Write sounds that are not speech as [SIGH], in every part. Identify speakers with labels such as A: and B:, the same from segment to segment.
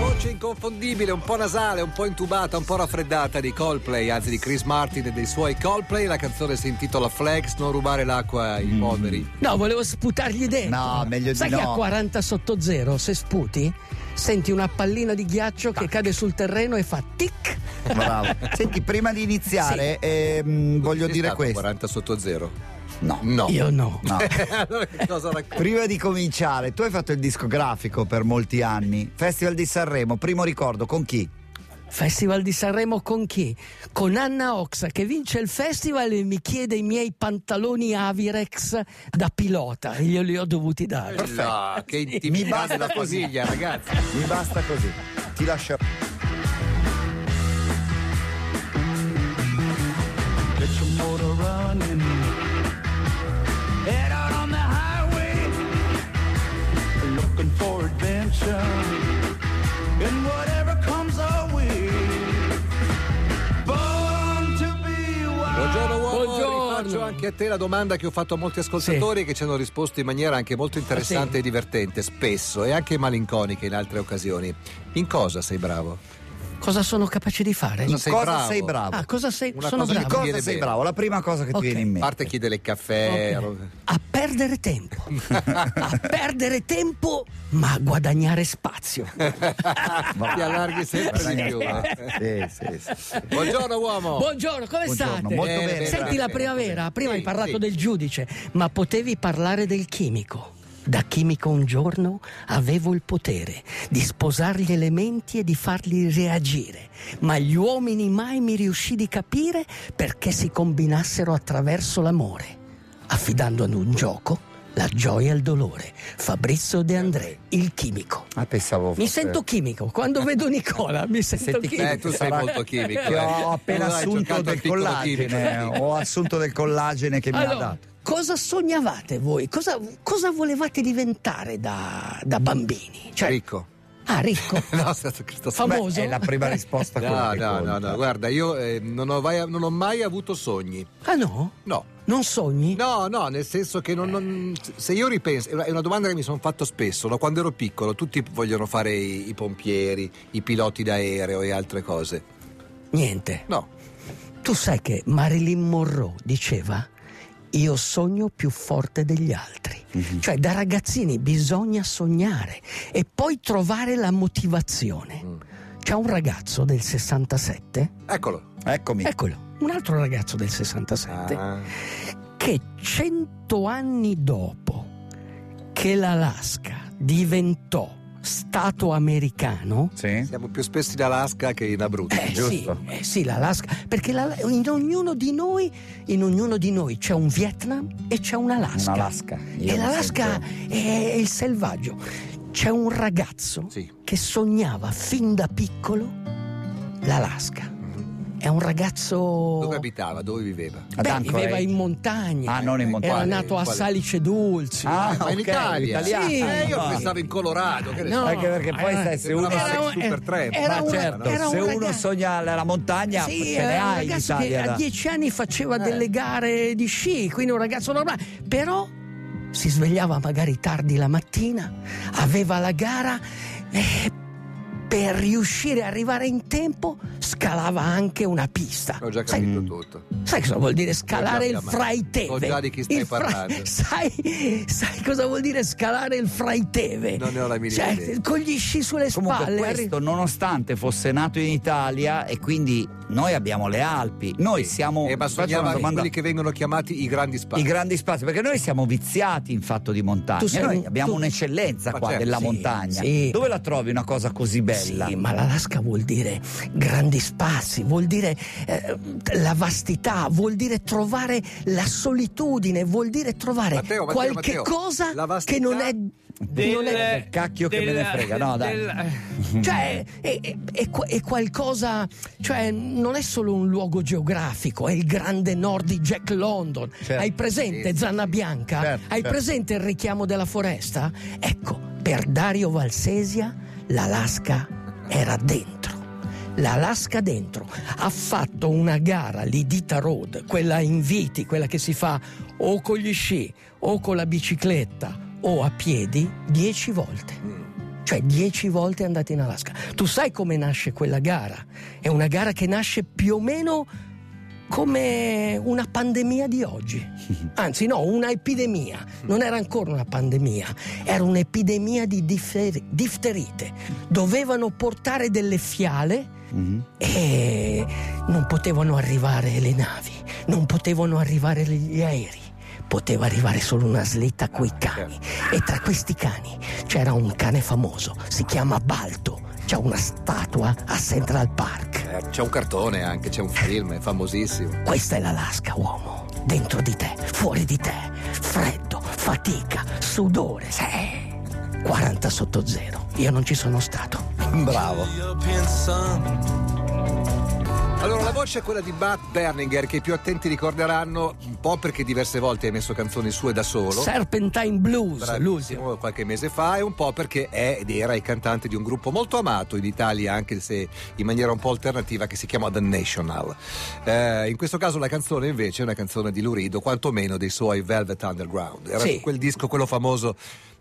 A: voce inconfondibile, un po' nasale, un po' intubata, un po' raffreddata di Coldplay, anzi di Chris Martin e dei suoi Coldplay. La canzone si intitola Flex, non rubare l'acqua ai
B: Mm.
A: poveri.
C: No, volevo sputargli dentro.
B: No, meglio di
C: Sai che
B: no.
C: a 40 sotto zero, se sputi, senti una pallina di ghiaccio che cade sul terreno e fa tic.
B: Bravo. Senti, prima di iniziare, ehm, voglio
A: Sei
B: dire
A: stato
B: questo.
A: 40 sotto zero.
B: No.
A: No.
C: Io no.
B: No.
A: [LAUGHS] allora che cosa racconti?
B: Prima di cominciare, tu hai fatto il discografico per molti anni. Festival di Sanremo, primo ricordo con chi?
C: Festival di Sanremo con chi? Con Anna Oxa che vince il festival e mi chiede i miei pantaloni Avirex da pilota e glieli ho dovuti dare.
A: No, che
B: Mi
A: intimità
B: basta
A: della
B: così.
A: famiglia, ragazzi.
B: Mi basta così. Ti lascio.
D: Get your motor running. Head out on the highway. Looking for adventure. And whatever comes our way. Born to be wild.
A: Buongiorno uomo,
C: Buongiorno.
A: rifaccio anche a te la domanda che ho fatto a molti ascoltatori che ci hanno risposto in maniera anche molto interessante
C: Ah, Sì.
A: e divertente, spesso e anche malinconica in altre occasioni. In cosa sei bravo?
C: Cosa sono capace di fare?
A: Cosa
B: In
A: sei
B: cosa
A: bravo?
B: sei bravo?
C: Ah, cosa sei?
A: Una
C: sono
A: cosa che
B: In
C: bravo.
B: cosa
A: viene
B: sei
A: bene.
B: bravo? La prima cosa che
C: Ok.
B: ti viene in
A: A
B: mente.
A: parte chi del caffè.
C: Ok.
A: ro-
C: A perdere tempo. A perdere tempo, ma a guadagnare spazio.
A: Ti allarghi sempre di più. eh.
B: Sì, sì, sì.
A: Buongiorno uomo.
C: Buongiorno, come
B: Buongiorno,
C: state?
B: molto
A: Bene, bene,
B: bene.
C: Senti
A: grazie.
C: la primavera, prima
A: Sì,
C: hai parlato
A: sì.
C: del giudice, ma potevi parlare del chimico. Da chimico un giorno avevo il potere di sposare gli elementi e di farli reagire, ma gli uomini mai mi riuscì di capire perché si combinassero attraverso l'amore, affidando ad un gioco la gioia e il dolore. Fabrizio De André, il chimico.
B: Ah, pensavo
C: Mi
B: fosse-
C: sento chimico, quando vedo Nicola mi sento
B: Senti
C: chimico.
A: Eh, tu sei
B: Sarà-
A: molto chimico.
B: Che
A: eh.
B: ho appena
A: Tu hai
B: assunto
A: giocato al
B: del
A: piccolo
B: collagene.
A: chimico.
B: Ho assunto del collagene che mi ha
C: Allora,
B: dato.
C: cosa sognavate voi? Cosa, cosa volevate diventare da, da bambini? Cioè,
A: Ricco.
C: Ah,
B: [LAUGHS]
C: ricco.
A: No, sto- sto- sto-
C: Famo- Famoso? Eh.
B: Beh, è la prima
A: [LAUGHS]
B: risposta a quella
A: No,
B: che
A: no,
B: conta.
A: no, no, guarda, io eh, non, ho mai, non ho mai avuto sogni.
C: Ah no?
A: No.
C: Non sogni?
A: No, no, nel senso che non- non- se io ripenso, è una- è una domanda che mi sono fatto spesso, no? quando ero piccolo tutti vogliono fare i, i pompieri, i piloti d'aereo e altre cose.
C: Niente.
A: No,
C: Tu sai che Marilyn Monroe diceva io sogno più forte degli altri.
B: Mhm.
C: Cioè da ragazzini bisogna sognare e poi trovare la motivazione.
B: Mm.
C: C'è un ragazzo del 67,
A: eccolo.
B: Eccomi.
C: eccolo, un altro ragazzo del 67
A: Ah.
C: che cento anni dopo che l'Alaska diventò Stato americano,
B: Sì.
A: Siamo più spesso in Alaska che in Abruzzo.
C: eh sì,
B: Giusto.
C: eh sì, l'Alaska, perché la- in, ognuno di noi, in ognuno di noi c'è un Vietnam e c'è un'Alaska.
B: Un'Alaska. Io
C: e
B: mi
C: l'Alaska
B: sento-
C: è il selvaggio. C'è un ragazzo
A: Sì.
C: che sognava fin da piccolo l'Alaska. È un ragazzo...
A: Dove abitava? Dove viveva?
B: Mm-hmm. Ad
C: Beh,
B: Anchorage?
C: viveva in montagna.
B: Ah, non in
C: Era
B: montagna.
C: nato a
A: Quale?
C: Salice Dulci.
B: Ah,
A: Ma in
B: ok,
A: Italia?
B: l'italiano.
C: Sì.
A: Eh, io
B: Ah.
A: pensavo in Colorado. Che ne
C: No.
A: so.
B: Anche perché poi
C: Eh,
B: sai se uno
A: sembrava
B: se-
A: era un- super trend.
C: era
B: Ma
C: un-
B: certo,
C: era un
B: se uno
C: ragazzo-
B: sogna la, la montagna, ce
C: Sì,
B: ne
C: era un
B: hai in
C: ragazzo che
B: Italia. Eh.
C: a
B: da-
C: dieci anni faceva delle gare di sci, quindi un ragazzo normale, però si svegliava magari tardi la mattina, aveva la gara e per riuscire ad arrivare in tempo scalava anche una pista.
A: Ho già
C: Sai,
A: capito
B: Sai-
A: tutto.
C: sai cosa vuol dire scalare
A: Ho Eh, già
C: il
A: chiamato.
C: Fraiteve?
A: So già di chi stai
C: Il fra-
A: parlando.
C: [LAUGHS] sai, sai cosa vuol dire scalare il Fraiteve?
A: Non ne ho la minima
C: Cioè,
A: idea.
C: con gli sci sulle
B: Comunque
C: spalle. arri-
B: questo nonostante fosse nato in Italia e quindi noi abbiamo le Alpi, noi siamo
A: Eh, ma
B: faccio una
A: sognava anche
B: domanda-
A: quelli che vengono chiamati i grandi spazi.
B: i grandi spazi perché noi siamo viziati in fatto di montagna,
C: Tu sei
B: noi
C: un-
B: abbiamo
C: tu-
B: un'eccellenza
A: Ma
B: qua
A: certo,
B: della
C: sì,
B: montagna.
C: sì.
B: Dove la trovi una cosa così bella?
C: Sì, ma l'Alaska vuol dire grandi spazi, vuol dire eh, la vastità, vuol dire trovare la solitudine, vuol dire trovare
A: Matteo, Matteo,
C: qualche
A: Matteo,
C: cosa
A: la vastità
C: che non è... non è-
B: del cacchio che me ne frega, no, dai. Ah,
C: cioè, è, è- è qua- è qualcosa, cioè, non è solo un luogo geografico, è il grande nord di Jack London.
B: Certo.
C: Hai presente
A: Sì,
C: Zanna Bianca?
B: Certo,
C: Hai
B: certo.
C: presente il richiamo della foresta? Ecco, per Dario Valsesia l'Alaska era dentro. L'Alaska dentro ha fatto una gara l'Idita Road, quella in viti, quella che si fa o con gli sci o con la bicicletta o a piedi, dieci volte.
A: Mm.
C: Cioè dieci volte è andato in Alaska. Tu sai come nasce quella gara? È una gara che nasce più o meno come una pandemia di oggi. Anzi no, una epidemia. Non era ancora una pandemia, era un'epidemia di difter- difterite. Dovevano portare delle fiale e non potevano arrivare le navi, non potevano arrivare gli aerei. Poteva arrivare solo una slitta coi cani. E tra questi cani c'era un cane famoso, si chiama Balto. C'è una statua a Central Park.
A: Eh, C'è un cartone anche, c'è un film, è famosissimo.
C: Questa è l'Alaska, uomo. Dentro di te, fuori di te, freddo, fatica, sudore. Sì. 40 sotto zero. Io non ci sono stato.
B: [LAUGHS] Bravo.
D: European sun.
A: Allora, la voce è quella di Matt Berninger, che i più attenti ricorderanno, un po' perché diverse volte hai messo canzoni sue da solo.
C: Serpentine Blues, l'ultimo.
A: Bravissimo, qualche mese fa e un po' perché è ed era il cantante di un gruppo molto amato in Italia anche se in maniera un po' alternativa che si chiama The National Eh, in questo caso la canzone invece è una canzone di Lurido quantomeno dei suoi Velvet Underground era
C: Sì.
A: su quel disco quello famoso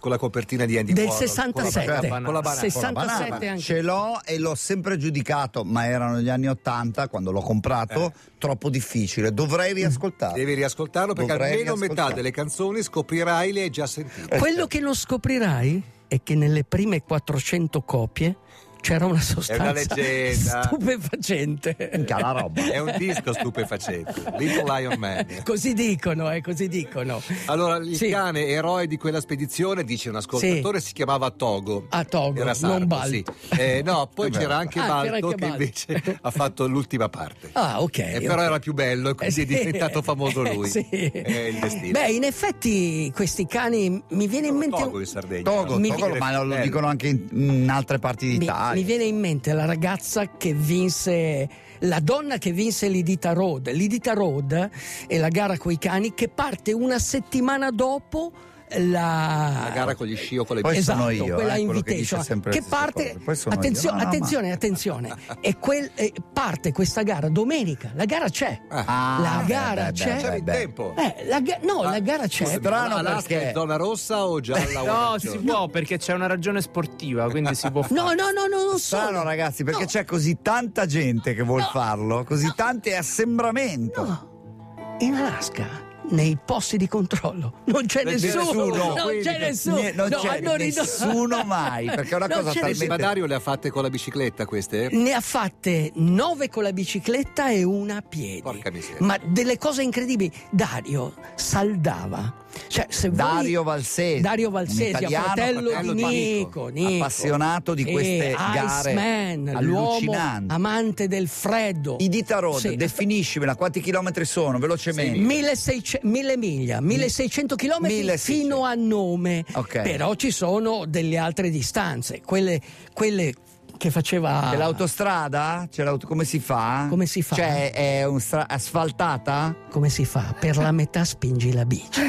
A: con la copertina di Andy
C: Del
A: Warhol, con la,
C: 67.
A: banana- con la banana.
C: 67
B: Banana,
C: anche.
B: Ce l'ho e l'ho sempre giudicato, ma erano gli anni 80 quando l'ho comprato, troppo difficile. Dovrei riascoltarlo.
A: devi riascoltarlo perché
B: Dovrei
A: almeno metà
B: riascoltarlo.
A: delle canzoni scoprirai le hai già sentite
C: Quello che non scoprirai è che nelle prime 400 copie c'era una sostanza
A: leggenda.
C: stupefacente.
B: Minchia, la roba.
A: è un disco stupefacente Little Lion Man
C: Così dicono, eh, così dicono.
A: Allora, il
C: Sì.
A: cane eroe di quella spedizione, dice un ascoltatore, si chiamava Togo.
C: A Ah, Togo,
A: Era sardo,
C: non Balto.
A: sì. Eh,
C: [LAUGHS]
A: no, poi
B: Vabbè.
A: c'era anche
C: Ah, c'era
A: Balto
C: anche
A: che
C: Balto.
A: invece ha fatto l'ultima parte.
C: Ah, ok.
A: Eh, però era più bello e
C: e
A: quindi è diventato famoso lui. È il destino.
C: Eh, Beh, in effetti questi cani mi viene in mente
A: Togo in Sardegna.
B: Togo,
C: Mi-
B: Togo, ma
A: Eh.
B: lo, lo dicono anche in, in altre parti
C: mi,
B: d'Italia.
C: mi viene in mente la ragazza che vinse la donna che vinse l'Idita Road. L'Idita Road è la gara coi cani che parte una settimana dopo la,
A: La gara con gli sci o con le
B: Poi
A: bici.
C: esatto,
B: sono io, eh,
C: quella
B: quello che
C: invitation
B: dice sempre
C: che,
B: le stesse
C: parte
B: cose. Poi sono io.
C: attenzio-
B: No, no, ma- [LAUGHS]
C: attenzione attenzione e quel- eh, parte questa gara domenica la gara c'è
A: Ah,
B: Ah,
C: La
B: beh,
C: gara
B: beh,
C: c'è?
B: beh,
A: c'era
B: beh,
A: il
B: beh.
A: tempo.
C: Eh, la ga- no
A: Ah,
C: la gara c'è
A: Scusami,
B: strano
A: l'Alaska
B: perché-
A: è zona rossa o gialla? o
E: No,
A: arancione?
E: si può perché c'è una ragione sportiva, quindi
B: [LAUGHS]
E: si può fare.
C: no no no no non
B: Strano
C: sono
B: ragazzi perché
C: No.
B: c'è così tanta gente che vuol
C: No.
B: farlo, così
C: No.
B: tanti assembramento.
C: No, in Alaska nei posti di controllo non c'è
A: Non c'è
C: nessuno,
A: nessuno,
C: non
A: quindi-
C: c'è nessuno,
B: Nie- non
C: No,
B: c'è
C: hanno ridotto-
B: nessuno
C: [LAUGHS]
B: mai, perché è una
C: Non
B: cosa
C: c'è
B: talmente-
A: Il Madario le ha fatte con la bicicletta queste?
C: Ne ha fatte nove con la bicicletta e una a piedi.
A: Porca miseria.
C: Ma delle cose incredibili. Dario saldava. Cioè, se voi-
B: Dario Valsesi,
C: Dario
B: un
C: Valsesi,
B: italiano,
C: fratello,
A: fratello
C: di
A: di
C: Nico, Nico.
B: appassionato di
C: Eh,
B: queste gare
C: Iceman, l'uomo
B: allucinanti.
C: amante del freddo.
B: Idita Road,
C: Sì.
B: definiscimela, quanti chilometri sono velocemente?
C: 1600 1000 miglia, 1600 km
B: 1600.
C: fino a nome,
B: Ok.
C: però ci sono delle altre distanze, quelle, quelle che faceva
B: C'è l'autostrada? C'è l'aut- come si fa?
C: Ah. Come si fa?
B: Cioè è un stra- asfaltata?
C: come si fa? Per la metà spingi la bici.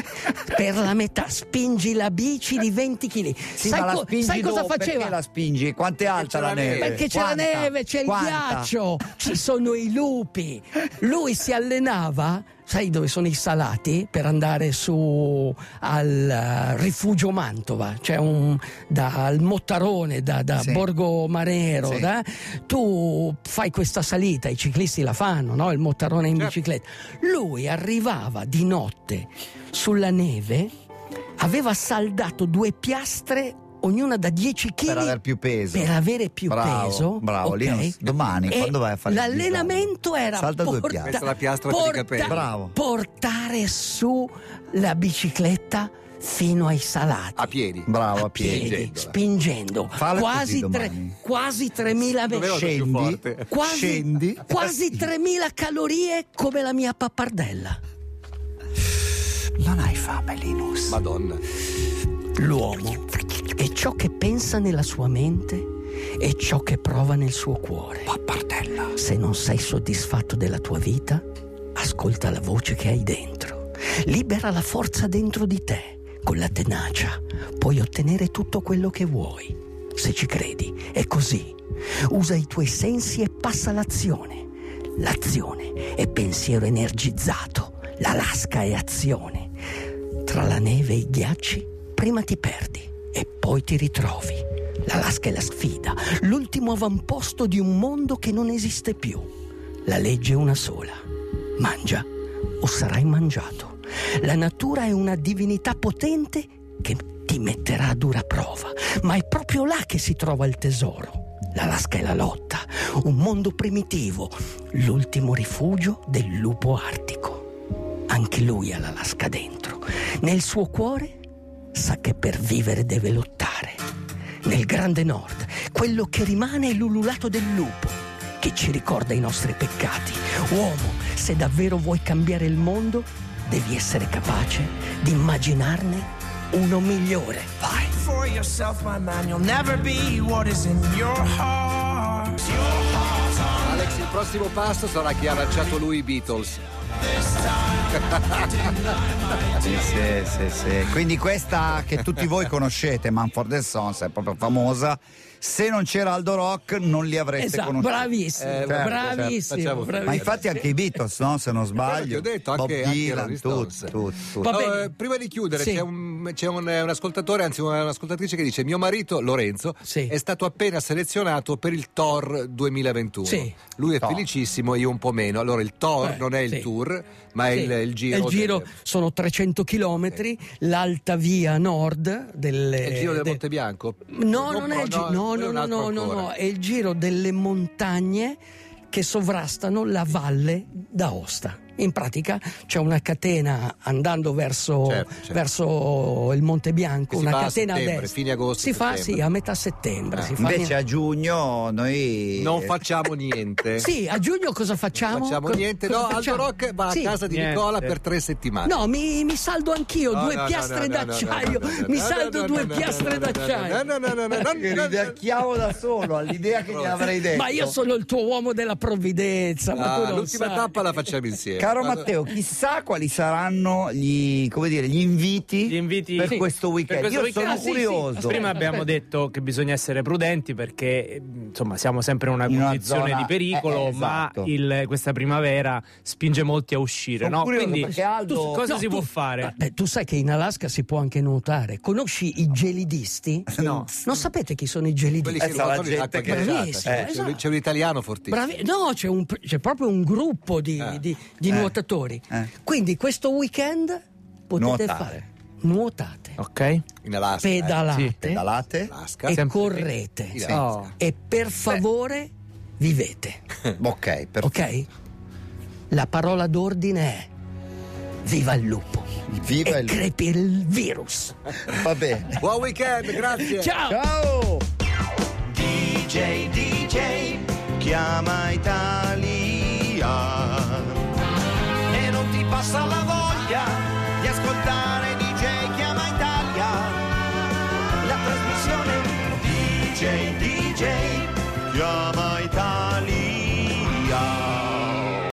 C: Per la metà spingi la bici di 20 kg.
B: Sì,
C: sai
B: ma la
C: co-
B: spingi
C: sai cosa
B: dove? Perché
C: faceva?
B: la spingi? Quanto è alta
A: c'è
B: la
A: la
B: neve?
A: neve.
C: Perché c'è
B: Quanta?
C: la neve, c'è
B: Quanta?
C: il ghiaccio, ci sono i lupi. Lui si allenava, sai dove sono i salati? Per andare su al eh, rifugio Mantova, cioè un, dal Mottarone, da, da
B: Sì.
C: Borgo Marero.
B: Sì.
C: da- tu fai questa salita, i ciclisti la fanno, no? il Mottarone in
A: Certo.
C: bicicletta. Lui arrivava di notte sulla neve, aveva saldato due piastre, ognuna da 10 kg.
B: Per aver più peso.
C: Per avere più
B: Bravo,
C: peso.
B: Bravo, lì
C: ok?
B: non- domani
C: E
B: quando vai a fare il
C: L'allenamento
B: disegno?
C: era
B: Salta due
C: porta-
B: piatti.
A: Questa è la piastra per i
C: porta-
A: capelli.
B: Bravo.
C: Portare su la bicicletta fino ai salati.
A: A piedi.
B: Bravo,
C: A
B: a piedi.
C: piedi,
A: Spingendola.
C: spingendo.
B: Fallo
C: Quasi,
B: così
C: tre-
B: domani.
C: quasi 3.000
A: Doveva
C: metri.
A: essere più
B: Scendi,
A: forte.
C: Quasi,
B: scendi.
C: quasi 3.000 calorie come la mia pappardella.
B: Non hai fame, Linus.
A: Madonna.
C: L'uomo è ciò che pensa nella sua mente e ciò che prova nel suo cuore.
B: Pappartella.
C: Se non sei soddisfatto della tua vita, ascolta la voce che hai dentro. Libera la forza dentro di te. Con la tenacia puoi ottenere tutto quello che vuoi. Se ci credi, è così. Usa i tuoi sensi e passa l'azione. L'azione è pensiero energizzato. L'Alaska è azione. Tra la neve e i ghiacci, prima ti perdi e poi ti ritrovi. L'Alaska è la sfida, l'ultimo avamposto di un mondo che non esiste più. La legge è una sola. Mangia o sarai mangiato. La natura è una divinità potente che ti metterà a dura prova, ma è proprio là che si trova il tesoro. L'Alaska è la lotta, un mondo primitivo, l'ultimo rifugio del lupo artico. Anche lui ha l'Alaska dentro. Nel suo cuore sa che per vivere deve lottare. Nel grande nord, quello che rimane è l'ululato del lupo, che ci ricorda i nostri peccati. Uomo, se davvero vuoi cambiare il mondo, devi essere capace di immaginarne uno migliore.
D: Fight for yourself, my man. You'll never be what is in your heart. Your heart's on
A: Alex, il prossimo passo sarà chi ha lanciato lui i Beatles.
B: Sì, sì, sì, sì. Quindi questa che tutti voi conoscete, Manford and Sons, è proprio famosa. Se non c'era Aldo Rock non li avreste
C: Esatto,
B: conosciuti.
C: bravissimo,
A: Eh, vabbè,
C: bravissimo,
A: facciamo-
C: bravissimo.
B: Ma infatti anche i Beatles, no? Se non
A: Eh, ti ho
B: sbaglio.
A: detto, anche-
B: Bob
A: anche i
B: Dylan,
A: Rolling Stones.
B: tutti, tutti, tutti.
C: Va bene.
A: Eh, prima di chiudere,
C: Sì.
A: c'è, un, c'è un- eh, un ascoltatore, anzi una- un'ascoltatrice che dice: Mio marito Lorenzo
C: Sì.
A: è stato appena selezionato per il Tor 2021.
C: Sì.
A: Lui è
B: Tor.
A: felicissimo, io un po' meno. Allora, il Tor
C: Eh,
A: non è il
C: sì.
A: tour, ma è
C: Sì,
A: il, il giro.
C: è il giro
A: del-
C: sono 300 chilometri, l'alta via nord del
A: è il giro del
C: eh, de-
A: Monte Bianco?
C: No, non è
A: pro-
C: il giro, no,
A: quello è
C: no,
A: un
C: no,
A: altro
C: no, no,
A: ancora.
C: no, è il giro delle montagne che sovrastano la valle d'Aosta. In pratica c'è una catena andando verso,
A: Certo, certo.
C: verso il Monte Bianco,
A: Che si
C: una
A: fa a
C: catena a
A: settembre,
C: destra.
A: fine agosto,
C: Si fa
A: settembre.
C: sì, a metà settembre.
A: Ah.
C: si fa
B: Invece
C: niente.
B: a giugno noi... eh,
A: Non facciamo niente.
C: Sì, a giugno cosa facciamo?
A: Facciamo
C: Co-
A: niente,
C: cosa
A: no. Aldo
C: facciamo?
A: Rock va
C: Sì.
A: a casa di
E: Niente.
A: Nicola per tre settimane.
C: No, mi, mi saldo anch'io,
A: No,
C: due
A: no, no,
C: piastre
A: no, no,
C: d'acciaio.
A: no, no, no,
C: mi
A: no,
C: saldo
A: no,
C: due
A: no, no, no, no,
C: piastre d'acciaio.
A: No, no, no, no, no, no,
B: Che
A: no, no.
B: ridacchiavo da solo all'idea che gli avrei detto.
C: Ma io sono il tuo uomo della provvidenza. ma tu
A: Ah,
C: non
A: l'ultima
C: sai.
A: tappa la facciamo insieme.
B: Caro
A: Vado-
B: Matteo, chissà quali saranno gli, come dire, gli inviti,
E: Gli inviti
B: per
E: sì,
B: questo weekend.
E: per questo
B: Io
E: weekend.
B: sono
E: Ah, sì, sì.
B: curioso.
E: Prima
C: Aspetta.
E: abbiamo detto che bisogna essere prudenti perché eh, insomma siamo sempre in una
B: In una
E: condizione
B: zona-
E: di pericolo,
B: eh, eh, esatto.
E: ma il- questa primavera spinge molti a uscire.
B: Sono
E: No?
B: curioso
E: Quindi
B: perché Aldo-
E: tu- cosa
C: No,
E: si
C: tu-
E: può fare?
C: Vabbè, tu sai che in Alaska si può anche nuotare. Conosci
A: [LAUGHS]
C: i gelidisti?
B: No.
C: Non sapete chi sono i
A: Quelli
C: gelidisti?
A: che
B: Eh, sarà
A: nuotano in
B: gente
A: acqua
B: che-
A: ghiacciata.
C: Bravissimo,
A: C'è- c'è,
C: esatto.
A: c'è un italiano fortissimo.
C: Bravi- no, c'è, un- c'è proprio un gruppo di,
A: Eh.
C: di- di
B: Eh.
C: nuotatori.
B: Eh.
C: Quindi questo weekend potete
B: Nuotare.
C: fare nuotate,
A: Oh,
E: Ok?
A: In Alaska. eh.
C: pedalate,
E: Sì,
B: Pedalate?
A: Alaska.
C: e
E: Sempre.
C: correte.
A: Sì.
E: Oh.
C: E per favore vivete,
B: Ok, per
C: ok? La parola d'ordine è viva il lupo
B: Viva
C: e
B: il-
C: crepi il virus.
B: va bene.
A: Buon weekend, grazie.
C: Ciao!
B: Ciao!
D: DJ, DJ, chiama Italia. E non ti passa la voglia di ascoltare DJ, chiama Italia. La trasmissione DJ, DJ, chiama